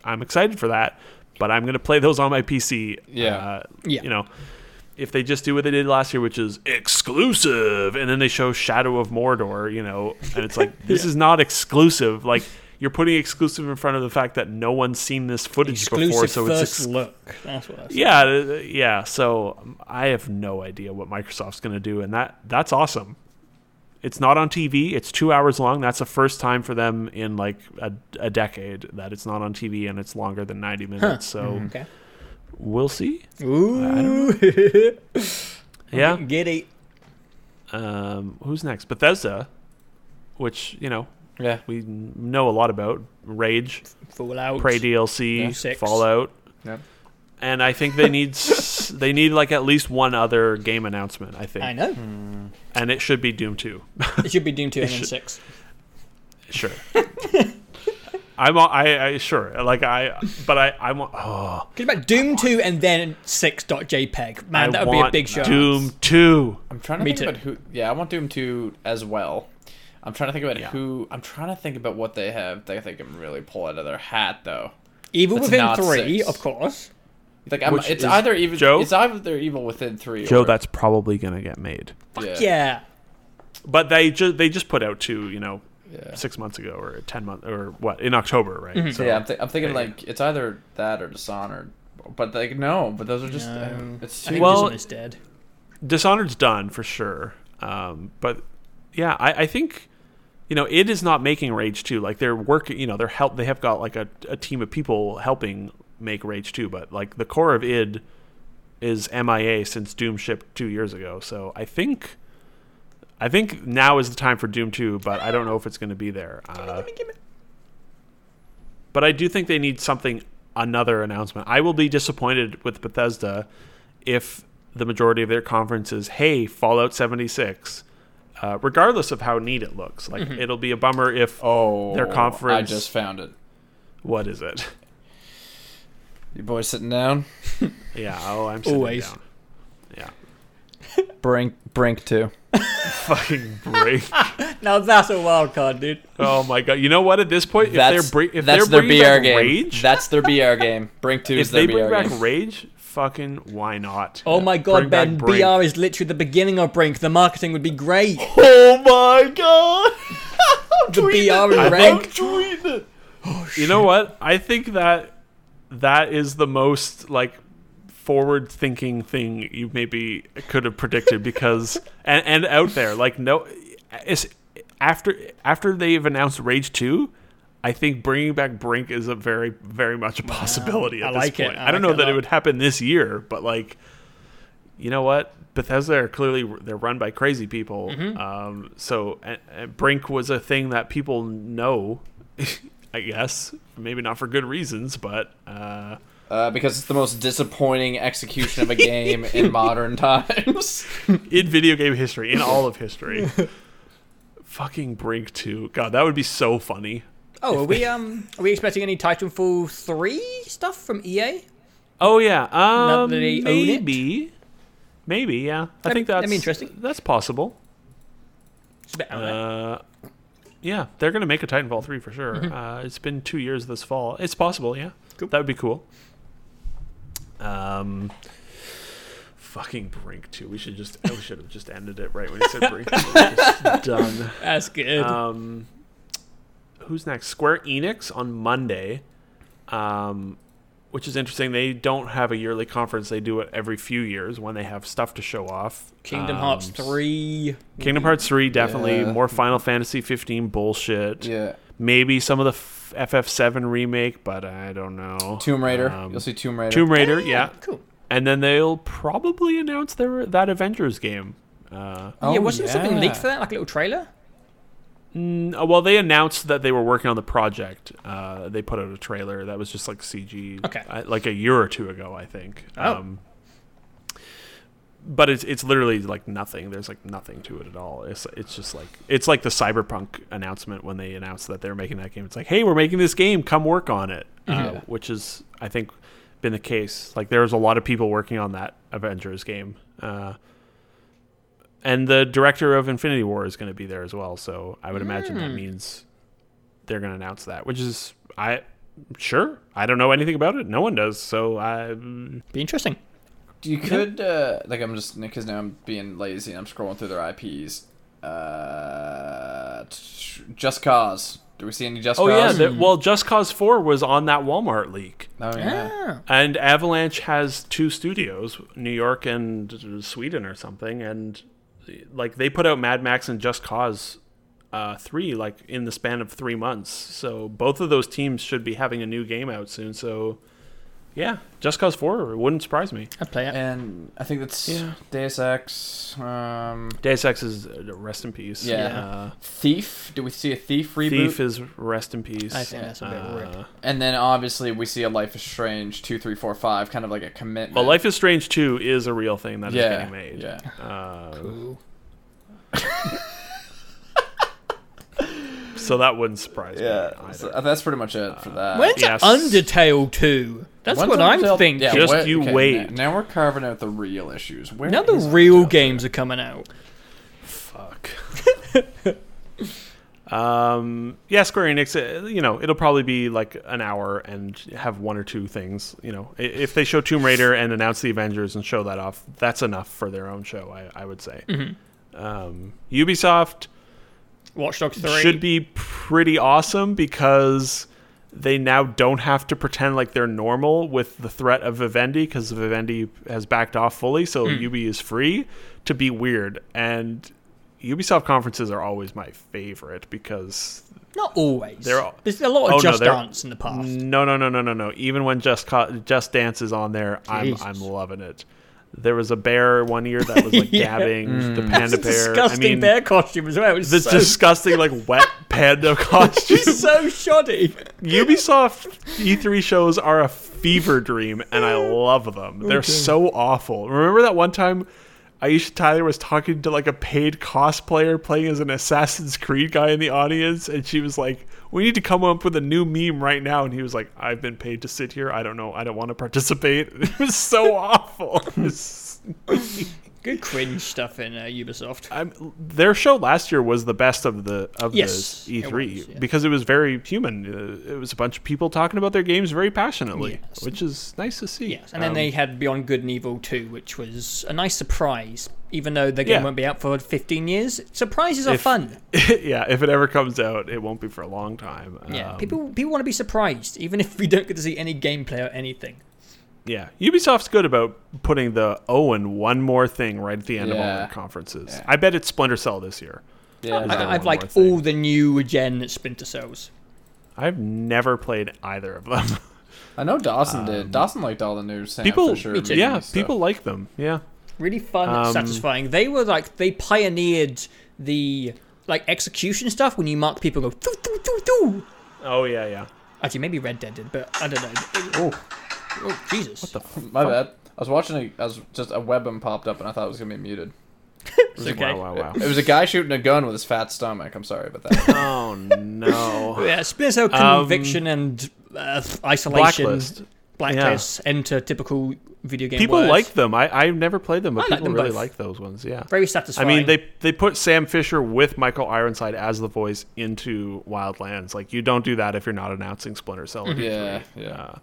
I'm excited for that. But I'm gonna play those on my PC. Yeah. Uh, Yeah. You know, if they just do what they did last year, which is exclusive, and then they show Shadow of Mordor, you know, and it's like this is not exclusive. Like you're putting exclusive in front of the fact that no one's seen this footage before, Exclusive so first it's ex- look. That's what I said. yeah, uh, yeah. So um, I have no idea what Microsoft's going to do, and that that's awesome. It's not on TV. It's two hours long. That's the first time for them in like a, a decade that it's not on TV and it's longer than ninety minutes. So Mm-hmm. Okay. we'll see. Ooh. Yeah. Giddy. um, who's next? Bethesda, which you know Yeah. we n- know a lot about. Rage, Fallout. Prey Yeah. DLC, Six. Fallout, Yep. and I think they need s- they need like at least one other game announcement. I think, I know. and it should be Doom Two. It should be Doom 2 and then Hmm. should- 6. Sure. I'm all, I, I sure like I but I I want oh Think about Doom 2 and then 6.jpg. E Man, I that would be a want big show. Doom two. I'm trying to Me think too. about who. Yeah, I want Doom 2 as well. I'm trying to think about who. I'm trying to think about what they have. That I think I can really pull out of their hat, though. Evil That's Within not 3, six. of course. Like I'm, Which it's is either even Joe? it's either Evil Within three. Joe, or, that's probably gonna get made. yeah, Yeah. But they just they just put out two, you know, yeah. six months ago or ten months or what in October, right? Mm-hmm. So, yeah, I'm, th- I'm thinking there you like it's either that or Dishonored, but like no, but those are just No. it's Um, I too think Well- this one is dead. Dishonored's done for sure. Um, but yeah, I, I think you know it is not making Rage two. Like they're working, you know, they're help. They have got like a, a team of people helping make Rage two. But like the core of id is MIA since Doom shipped two years ago. So I think. I think now is the time for Doom 2, but I don't know if it's going to be there. Uh, but I do think they need something another announcement. I will be disappointed with Bethesda if the majority of their conference is hey Fallout 76, uh, regardless of how neat it looks. Like it'll be a bummer if oh Their I conference- just found it. what is it? You boys sitting down? Yeah. Oh, I'm sitting Always. down. Yeah. Brink Brink too. Fucking break. Now that's a wild card, dude. oh my god. You know what? At this point, That's if they're bring if that's they're their bringing BR back game. rage, That's their BR game. Brink two if is they bring their BR back game. rage, fucking why not? Oh my god, Bring back Ben. Brink. BR is literally the beginning of Brink. The marketing would be great. oh my god! I'm The BR I in rank. think- Oh, tweeting it. You know what? I think that that is the most like forward thinking thing you maybe could have predicted because and, and out there like no it's after after they've announced Rage 2 I think bringing back Brink is a very very much a possibility I at like this it. point. I I, don't like know it a that it lot. would happen this year but like you know what Bethesda are clearly they're run by crazy people Mm-hmm. um so and, and Brink was a thing that people know I guess maybe not for good reasons but uh Uh, because it's the most disappointing execution of a game in modern times. in video game history, in all of history. Fucking Brink 2. God, that would be so funny. Oh, are we um are we expecting any Titanfall three stuff from E EA? Oh yeah. Um that they own it? maybe. Maybe, yeah. I That'd- think that's that'd be interesting. That's possible. It's a bit out there. Uh yeah, they're gonna make a Titanfall three for sure. Mm-hmm. Uh, it's been two years this fall. It's possible, yeah. Cool. That would be cool. Um, fucking Brink two. We should just. we should have just ended it right when you said Brink. 2. We're just done. That's good. Um, who's next? Square Enix on Monday, um, which is interesting. They don't have a yearly conference. They do it every few years when they have stuff to show off. Kingdom Um, Hearts three. Kingdom Hearts three definitely Yeah. more Final Fantasy fifteen bullshit. yeah, Maybe some of the FF seven remake, but I don't know. Tomb Raider. Um, You'll see Tomb Raider. Tomb Raider, yeah. Cool. And then they'll probably announce their that Avengers game. Uh, Oh, yeah, wasn't something leaked yeah. for that, like a little trailer? Mm, uh, well, they announced that they were working on the project. Uh, they put out a trailer that was just like CG, Okay. uh, like a year or two ago, I think. Um, Oh. but it's it's literally like nothing. There's like nothing to it at all. It's it's just like it's like the cyberpunk announcement when they announced that they're making that game. It's like, hey, we're making this game. Come work on it, uh, which is I think been the case. Like there was a lot of people working on that Avengers game. Uh, and the director of Infinity War is going to be there as well. So I would imagine that means they're going to announce that, which is I sure I don't know anything about it. No one does. So I Be interesting. You could uh, like I'm just because now I'm being lazy and I'm scrolling through their IPs. Uh, t- Just Cause. Do we see any Just oh yeah, Cause? the, well, Just Cause Four was on that Walmart leak, oh yeah. Ah, and Avalanche has two studios, New York and Sweden or something, and like they put out Mad Max and Just Cause. Uh, three like in the span of three months so both of those teams should be having a new game out soon so yeah just cause four wouldn't surprise me I'd play it. And I think that's Yeah. Deus Ex. Um, Deus Ex is uh, rest in peace. Yeah. Uh, Thief. Do we see a Thief reboot? Thief is rest in peace. I think that's a bit rip. Uh, and then obviously we see a Life is Strange two, three, four, five, kind of like a commitment. well, Life is Strange 2 is a real thing that is yeah, getting made. yeah. Uh, Ooh. So that wouldn't surprise me. Yeah, either. so that's pretty much it for that. When's yes. Undertale two? That's When's what I'm Undertale- thinking. Yeah, Just where- you okay, wait. Now, now we're carving out the real issues. Where now the is real Undertale? games are coming out. Fuck. Um, yeah, Square Enix. uh, You know, it'll probably be like an hour and have one or two things. You know, I- if they show Tomb Raider and announce the Avengers and show that off, that's enough for their own show. I, I would say. Um, Ubisoft Watch Dogs 3. should be pretty awesome because they now don't have to pretend like they're normal with the threat of Vivendi because Vivendi has backed off fully, so Hmm. Ubi is free to be weird. And Ubisoft conferences are always my favorite because Not always. They're all- There's a lot Oh, of no, Just they're- Dance in the past. no, no, no, no, no, no. Even when Just Co- Just Dance is on there, I'm Jesus. I'm loving it. There was a bear one year that was like Yeah. dabbing the That's panda a bear. disgusting I mean, bear costume as well. It's the so, disgusting like wet panda costume. it's so shoddy. Ubisoft E3 shows are a fever dream, and I love them. They're so awful. Remember that one time Aisha Tyler was talking to like a paid cosplayer playing as an Assassin's Creed guy in the audience, and she was like, "We need to come up with a new meme right now," and he was like, "I've been paid to sit here. I don't know. I don't want to participate." It was so awful. It was- Good cringe stuff in uh, Ubisoft. I'm, their show last year was the best of the of Yes, the it E3 was, yeah. because it was very human. Uh, It was a bunch of people talking about their games very passionately, Yes. which is nice to see. Yes, and then Um, they had Beyond Good and Evil 2, which was a nice surprise. Even though the game Yeah. won't be out for 15 years, surprises are If- fun. yeah, if it ever comes out, it won't be for a long time. Yeah, Um, people people want to be surprised, even if we don't get to see any gameplay or anything. Yeah, Ubisoft's good about putting the oh and one more thing right at the end of all Yeah. their conferences. Yeah. I bet it's Splinter Cell this year. Yeah. Is there I, I've one liked more thing? all the new gen Splinter Cells. I've never played either of them. I know Dawson did. Dawson liked all the new Sam people, Fisher me too. yeah, movies, so- people like them. Yeah, Really fun, Um, satisfying. They were like they pioneered the like execution stuff when you mark people go doo, doo, doo, doo. oh yeah, yeah. Actually, maybe Red Dead did, but I don't know. Oh, Oh Jesus! What the my bad. I was watching. A, I was just a webm popped up, and I thought it was gonna be muted. okay. Wow, wow, It was a guy shooting a gun with his fat stomach. I'm sorry about that. wow. oh no. Yeah, Splinter Cell conviction and uh, isolation. Um, Blacklist. Blacklist, Enter typical video game. people words. like them. I I've never played them, I but like people them really both. like those ones. Yeah. very I satisfying. mean, they they put Sam Fisher with Michael Ironside as the voice into Wildlands. Like you don't do that if you're not announcing Splinter Cell. at Mm-hmm. yeah, E3. yeah. Uh,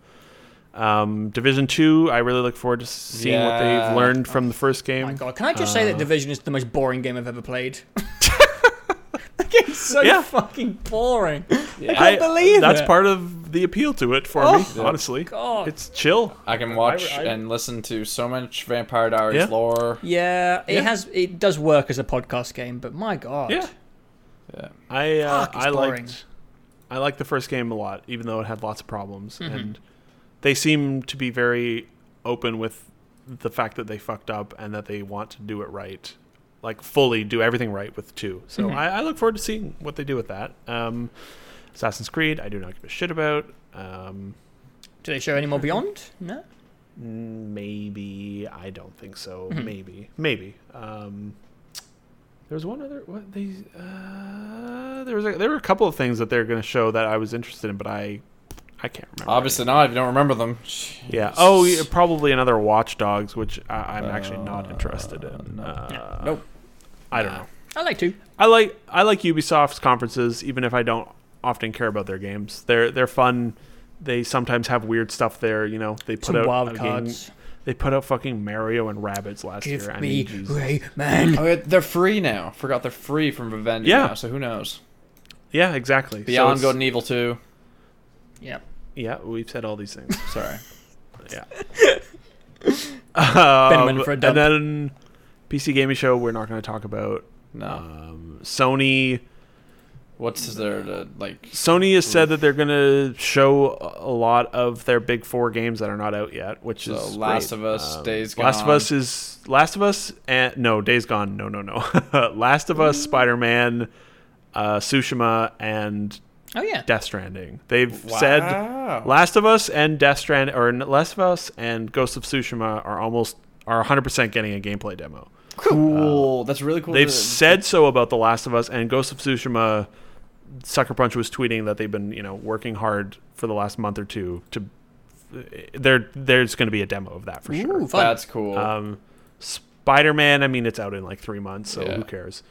um, Division Two. I really look forward to seeing what Yeah. they've learned from the first game. Oh My God, can I just say Uh. that Division is the most boring game I've ever played? that game's so Yeah. fucking boring. I I can't believe that's it. part of the appeal to it for me. Oh, Honestly, God. it's chill. I can watch I- and listen to so much Vampire Diaries Yeah. lore. Yeah, it Yeah. has. It does work as a podcast game, but my God, Yeah. Yeah. I uh, Fuck, it's I boring. liked I liked the first game a lot, even though it had lots of problems, Mm-hmm. and they seem to be very open with the fact that they fucked up and that they want to do it right, like fully do everything right with two. So Mm-hmm. I, I look forward to seeing what they do with that. Um, Assassin's Creed, I do not give a shit about. Um, do they show any more Beyond? No. maybe I don't think so. Maybe, maybe. Um, there was one other. What they? Uh, there was. A, there were a couple of things that they're going to show that I was interested in, but I, I can't remember. Obviously not. If you don't remember them. Yeah. Oh, yeah, probably another Watch Dogs, which I, I'm actually not interested in. Uh, Nope. I don't know. I like to. I like I like Ubisoft's conferences, even if I don't often care about their games. They're they're fun. They sometimes have weird stuff there. You know, they put Some out wild a game- cards. They put out fucking Mario and rabbits last Give year. I me mean, jeez. Ray Man. Oh, yeah, they're free now. Forgot they're free from Vivendi Yeah. now, so who knows? yeah, exactly. So Beyond it's- Good and Evil 2. Yeah. Yeah, we've said all these things. Sorry. Yeah. went um, for a dump. and then PC Gaming Show. We're not going to talk about No. um, Sony. What's there to, like, Sony has said that they're going to show a lot of their big four games that are not out yet, which So is Last great. Um, of Us, Days Last of Gone. Us is Last of Us and no Days Gone. No, no, no. Last of Us, Spider Man, uh, Tsushima, and Oh yeah. Death Stranding. They've Wow. said Last of Us and Death Strand or n- Last of Us and Ghost of Tsushima are almost are 100% getting a gameplay demo. cool. That's really cool. They've that- said so about The Last of Us and Ghost of Tsushima. Sucker Punch was tweeting that they've been, you know, working hard for the last month or two to there there's going to be a demo of that for sure. Ooh, fun. Uh, That's cool. Um Spider-Man, I mean it's out in like 3 months, so Yeah. who cares.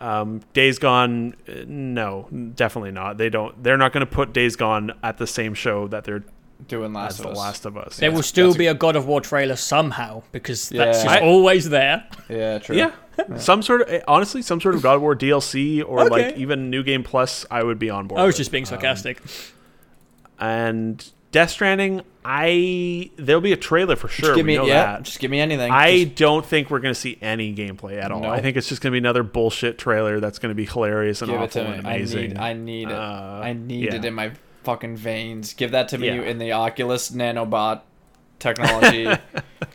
Um, Days Gone, uh, no, definitely not. They don't. They're not going to put Days Gone at the same show that they're doing as Last of The Us. Last of Us. There yeah. will still that's a- be a God of War trailer somehow because that's Yeah. just I- always there. Yeah, true. Yeah. some sort of eh, honestly, some sort of God of War DLC or like Okay. even New Game Plus. I would be on board. I was with. Um, just being sarcastic. and Death Stranding. I there'll be a trailer for sure. Just give we me know yeah. that. Just give me anything. I Just- don't think we're going to see any gameplay at all. No. I think it's just going to be another bullshit trailer that's going to be hilarious and give it awful to me. and I amazing. need. I need it. Uh, I need yeah. it in my fucking veins. Give that to me Yeah. in the Oculus nanobot technology. I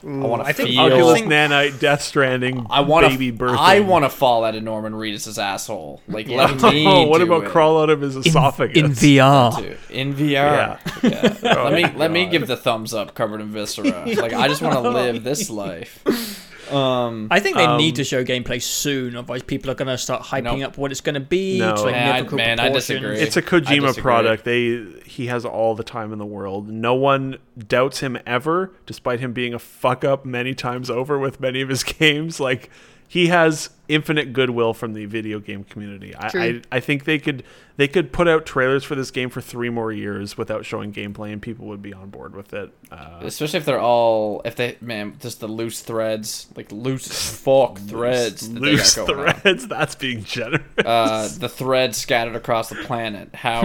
want I to think feel. Oculus Thing- Nanite, Death Stranding, I want to. baby birth. I want to fall out of Norman Reedus' asshole. Like let me. Oh, what do about it, crawl out of his esophagus? VR. dude. in VR? Yeah. Oh, let me. my Let me God. give the thumbs up, covered in viscera. Like I just want to live this life. Um. I think they need Um, to show gameplay soon, otherwise people are going to start hyping Nope. up what it's going to be. No. to Man, I- magnifical man, I proportions. disagree. It's a I Kojima disagree. product. They he has all the time in the world. No one doubts him ever, despite him being a fuck up many times over with many of his games. Like he has infinite goodwill from the video game community. I, True. I I think they could they could put out trailers for this game for three more years without showing gameplay, and people would be on board with it. Uh, Especially if they're all, if they, man, just the loose threads, like loose as fuck threads. that they got loose going on. threads. That's being generous. Uh, the threads scattered across the planet. How,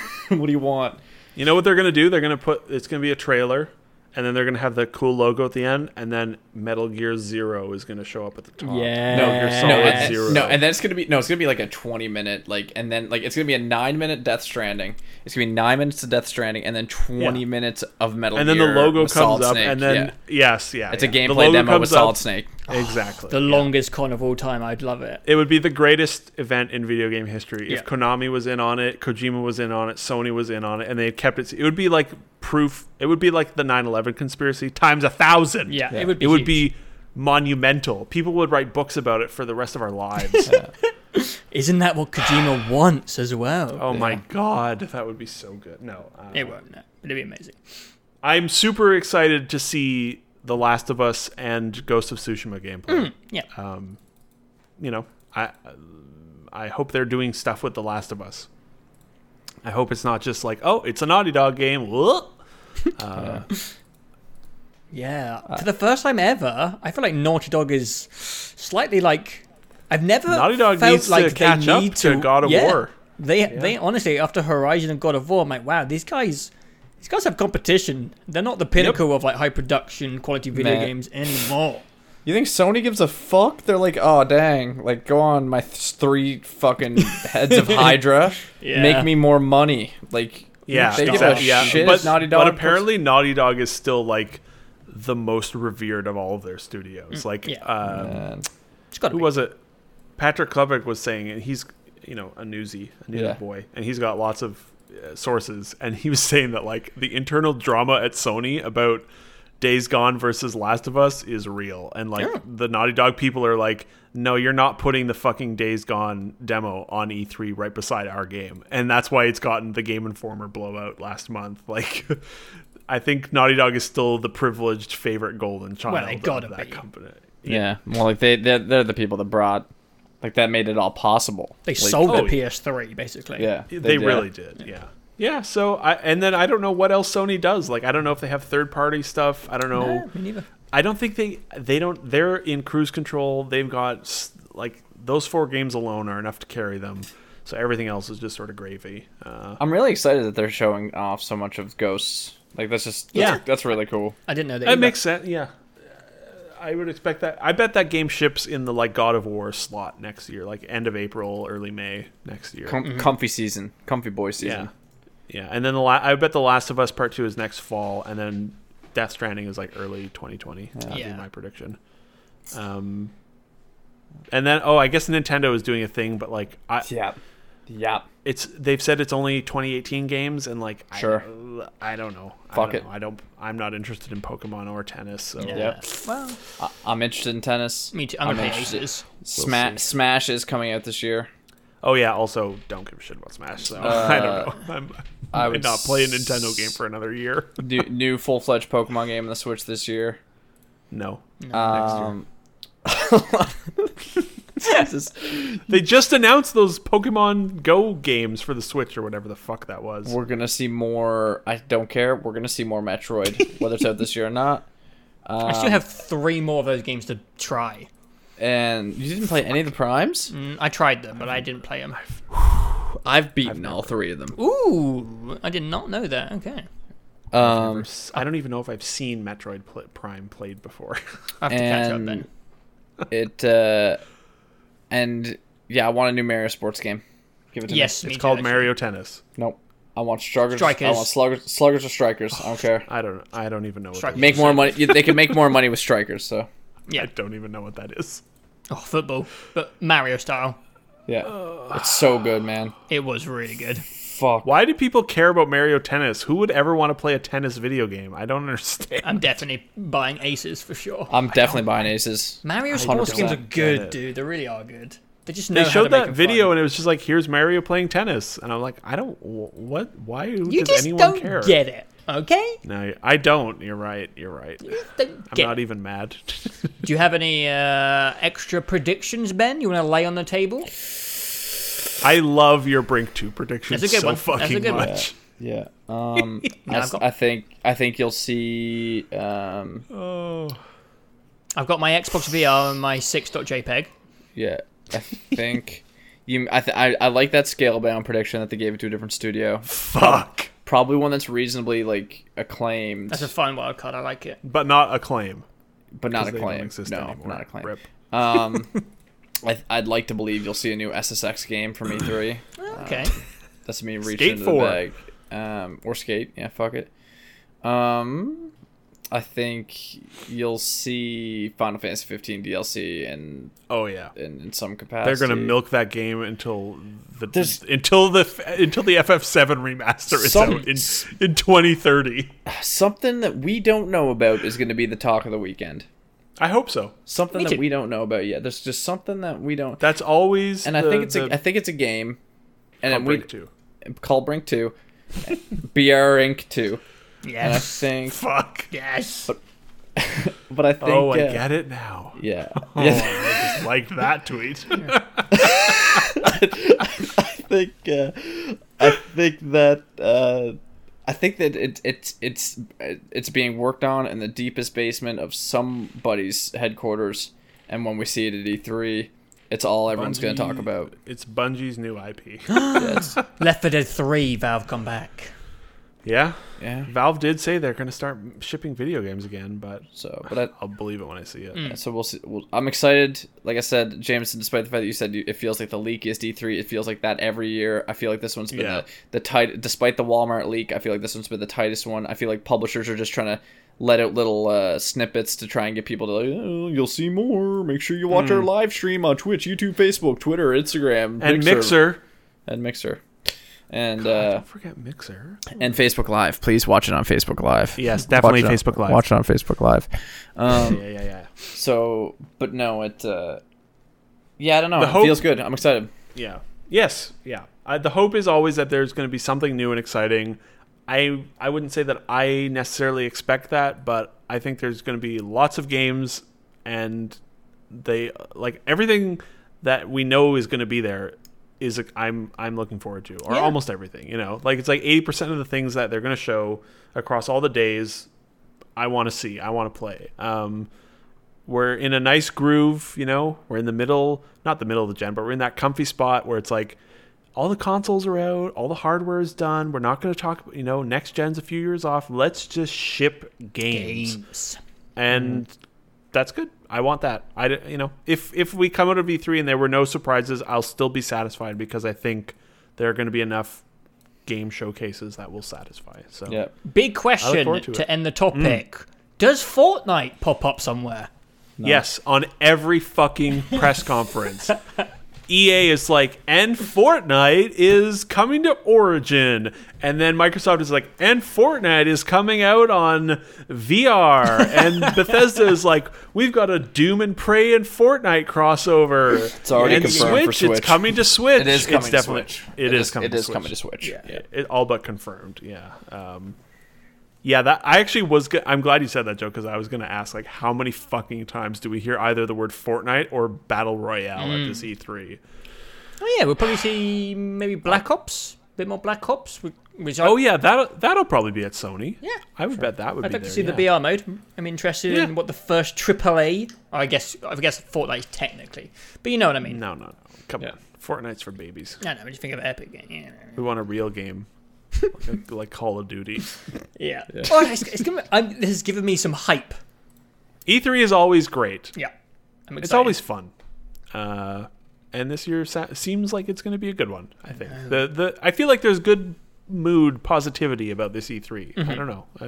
what do you want? You know what they're gonna do? They're gonna put it's gonna be a trailer, and then they're gonna have the cool logo at the end, and then Metal Gear Zero is gonna show up at the top. Yeah. Metal Gear Solid No, and, Zero. no, and then it's gonna be no, it's gonna be like a twenty minute like, and then like it's gonna be a nine minute Death Stranding. It's gonna be nine minutes of Death Stranding, and then twenty Yeah. minutes of Metal. And then the Gear logo with Solid comes up, Snake, and then yeah. yes, yeah, it's a yeah. The gameplay logo demo with comes up- Solid Snake. Exactly. The yeah. longest con of all time. I'd love it. It would be the greatest event in video game history Yeah. if Konami was in on it, Kojima was in on it, Sony was in on it, and they kept it. It would be like proof. It would be like the 9/11 conspiracy times a thousand. Yeah, it would be. It would huge. be monumental. People would write books about it for the rest of our lives. Isn't that what Kojima wants as well? Oh my god, that would be so good. No, uh, It won't. No. It'd be amazing. I'm super excited to see The Last of Us and Ghost of Tsushima gameplay. Mm, Um, Yeah. You know, I I hope they're doing stuff with The Last of Us. I hope it's not just like, oh, it's a Naughty Dog game. Whoop. Yeah. Uh, For the first time ever, I feel like Naughty Dog is slightly like I've never Naughty Dog felt needs to like they catch up need to God of yeah. War. They they honestly after Horizon and God of War, I'm like, wow, these guys these guys have competition. They're not the pinnacle of like high production quality video Matt. games anymore. You think Sony gives a fuck? They're like, oh dang, like go on, my th- three fucking heads of Hydra, Yeah. make me more money. Like, Yeah, they exactly. give a Yeah. shit. But, Naughty but Dog puts- apparently Naughty Dog is still like the most revered of all of their studios. Like Mm, yeah. um, Man. It's got to who be. was it? Patrick Klubrick was saying, and he's you know a newsie, a new Yeah. boy, and he's got lots of uh, sources, and he was saying that like the internal drama at Sony about Days Gone versus Last of Us is real, and like Yeah. the Naughty Dog people are like, no, you're not putting the fucking Days Gone demo on E3 right beside our game, and that's why it's gotten the Game Informer blowout last month, like. I think Naughty Dog is still the privileged favorite golden child they gotta of that be. company. Yeah. Well, like they they're, they're the people that brought like that made it all possible. They Like, sold oh, the yeah. PS3 basically. Yeah. they, really did yeah. yeah so i and then i don't know what else sony does like i don't know if they have third party stuff i don't know Yeah, me neither. i don't think they they don't they're in cruise control they've got s- like those four games alone are enough to carry them so everything else is just sort of gravy uh, I'm really excited that they're showing off so much of Ghosts. Like that's just that's, Yeah. that's really cool. I didn't know that. that either. makes sense yeah I would expect that. I bet that game ships in the like God of War slot next year, like end of April, early May next year. Com- Comfy season, comfy boy Yeah, season. yeah, and then the la- I bet the Last of Us Part Two is next fall, and then Death Stranding is like early 2020. That'd Yeah. be my prediction. Um, and then oh, I guess Nintendo is doing a thing, but like I, Yeah. Yeah. it's they've said it's only 2018 games, and like I- Sure. I, don't know. I Fuck don't it. know. I don't. I'm not interested in Pokemon or tennis. So Yeah. Yep. Well, I- I'm interested in tennis. me too. I'm, gonna play interested- Aces. Sma- Smash is coming out this year. oh yeah. Also, don't give a shit about Smash. So I don't know. I'm, Uh, I I would would not play a s- Nintendo game for another year. New, new full fledged Pokemon game on the Switch this year. No. Um, Jesus. They just announced those Pokemon Go games for the Switch or whatever the fuck that was. We're gonna see more. I don't care. We're gonna see more Metroid, whether it's out this year or not. I still have three more of those games to try. And you didn't play any of the primes. Mm, I tried them, but I didn't play them. I've beaten all three of them. Ooh, I did not know that. Okay. Um, I don't even know if I've seen Metroid Pl- Prime played before. I have to catch up then. and it uh, and yeah, I want a new Mario sports game. Give it to Yes, me. me it's too, called actually. Mario Tennis. Nope. I want struggers. I Strikers. want sluggers, sluggers or strikers. I don't care. I don't. I don't even know. What Strike that is. Make more money. They can make more money with strikers. So Yeah. I don't even know what that is. Oh, football, but Mario style. yeah, it's so good, man. It was really good. Fuck. Why do people care about Mario Tennis? Who would ever want to play a tennis video game? I don't understand. I'm definitely buying Aces for sure. I'm definitely buying aces. Mario sports games are good, 100% get it. dude. They really are good. They just know They how to showed make that them video fun. and it was just like, "Here's Mario playing tennis," and I'm like, "I don't. wh- What? Why You does just anyone don't care?" get it, okay? No, I don't. You're right. You're right. Don't I'm get not it. even mad. Do you have any uh, extra predictions, Ben? You want to lay on the table? I love your Brink Two predictions That's a good so one. That's a fucking good one. much. Yeah. Um, I, I've got- I think I think you'll see. Um, Oh, I've got my Xbox VR and my 6.jpg. yeah. I think you. I, th- I I like that scale bound prediction that they gave it to a different studio. fuck! Probably one that's reasonably like acclaimed, That's a fun wild card. I like it. But not acclaim. but not 'cause they don't acclaimed. exist No, anymore. not acclaimed. Rip. Um, I, I'd like to believe you'll see a new SSX game from E3. Ah. Okay. That's me reaching Skate into four. the bag. Um, or skate. Yeah, fuck it. Um, I think you'll see Final Fantasy 15 DLC and Oh yeah. in, in some capacity. They're gonna milk that game until the There's- until the f- until the FF7 remaster is Some- out in in 2030. something that we don't know about is gonna be the talk of the weekend. I hope so. Something Me that too. we don't know about yet. There's just something that we don't. That's always and I the- think it's a, the I think it's a game, and then we outbreak too. call Brink two, BR Inc two, and I Yes. think. Fuck. Yes. But I think. Oh, I uh, get it now. Yeah. Oh, yeah. I just liked that tweet. I think uh, I think that uh, I think that it, it's it's it's being worked on in the deepest basement of somebody's headquarters, and when we see it at E three, it's all everyone's going to talk Bungie- about. It's Bungie's new IP. Yes. Left 4 Dead 3, Valve come back. yeah. yeah. Valve did say they're going to start shipping video games again, but So, but I'll believe it when I see it. I, so we'll see. We'll, I'm excited. Like I said, Jameson, despite the fact that you said you, it feels like the leak is D three, it feels like that every year. I feel like this one's been Yeah. the, the tight. Despite the Walmart leak, I feel like this one's been the tightest one. I feel like publishers are just trying to let out little uh, snippets to try and get people to like, oh, you'll see more. Make sure you watch our live stream on Twitch, YouTube, Facebook, Twitter, Instagram, Hmm. And Mixer. and Mixer, and uh, Don't forget Mixer. and Facebook Live. Please watch it on Facebook Live. Yes, definitely Watch it on- Facebook Live. Watch it on Facebook Live. Um, Yeah, yeah, yeah. so, but no, it. Uh, yeah, I don't know. The it hope- feels good. I'm excited. Yeah. Yes. Yeah. I, the hope is always that there's going to be something new and exciting. I I wouldn't say that I necessarily expect that, but I think there's going to be lots of games, and they like everything that we know is going to be there is I'm I'm looking forward to, or Yeah. almost everything. You know, like it's like eighty percent of the things that they're going to show across all the days. I want to see. I want to play. Um, we're in a nice groove, you know, we're in the middle, not the middle of the gen, but we're in that comfy spot where it's like all the consoles are out, all the hardware is done. We're not going to talk, you know, next gen's a few years off. Let's just ship games. Games. And that's good. I want that. I d- you know, if if we come out of V3 and there were no surprises, I'll still be satisfied because I think there are going to be enough game showcases that will satisfy. So Yeah. Big I look question forward to to, Mm. it. end the topic. Does Fortnite pop up somewhere? Yes, on every fucking press conference. EA is like, and Fortnite is coming to Origin. And then Microsoft is like, and Fortnite is coming out on VR. And Bethesda is like, we've got a Doom and Prey and Fortnite crossover. It's already and confirmed for Switch, Switch. It's coming to Switch. It is coming it's to definitely, Switch. it is, coming It to is Switch. coming to Switch. Yeah. It, all but confirmed, yeah. Um, Yeah, that I actually was. Go- I'm glad you said that, Joe, because I was going to ask like how many fucking times do we hear either the word Fortnite or Battle Royale at Mm. this E E3? Oh yeah, we'll probably see maybe Black Ops, a bit more Black Ops. wh- Which I, Oh yeah, that that'll probably be at Sony. Yeah, I would bet that would I'd be like there. to see yeah. the BR mode. I'm interested Yeah. in what the first AAA. I guess I guess Fortnite is technically, but you know what I mean. No, no, no. Come Yeah. on, Fortnite's for babies. No, no, I'm just thinking of Epic Game. Yeah, We want a real game, like, like Call of Duty. yeah. Oh, it's, it's given, I'm, this has given me some hype. E3 E is always great. Yeah, I'm excited. It's always fun. Uh, and this year sa- seems like it's going to be a good one. I think the the I feel like there's good mood positivity about this E3. Mm-hmm. I don't know. I,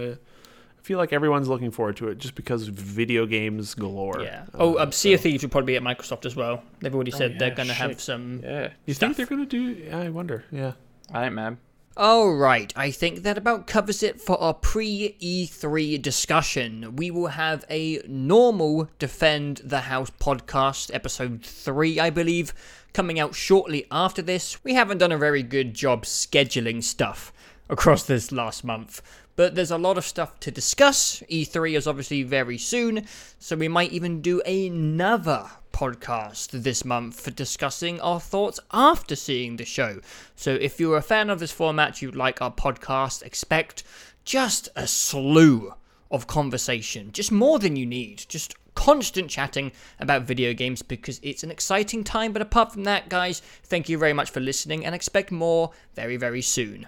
I feel like everyone's looking forward to it just because video games galore. yeah. Uh, Oh, um, Sea of so- Thieves will probably be at Microsoft as well. They've already said they're yeah, going to have shit. some. Yeah, you stuff. think they're going to do? yeah, I wonder. Yeah. I ain't mad. All right, I think that about covers it for our pre E3 discussion. We will have a normal Defend the House podcast, episode 3, I believe, coming out shortly after this. We haven't done a very good job scheduling stuff across this last month, but there's a lot of stuff to discuss. E3 is obviously very soon, so we might even do another podcast this month for discussing our thoughts after seeing the show. So if you're a fan of this format, you like our podcast, expect just a slew of conversation, just more than you need, just constant chatting about video games because it's an exciting time. But apart from that, guys, thank you very much for listening and expect more very, very soon.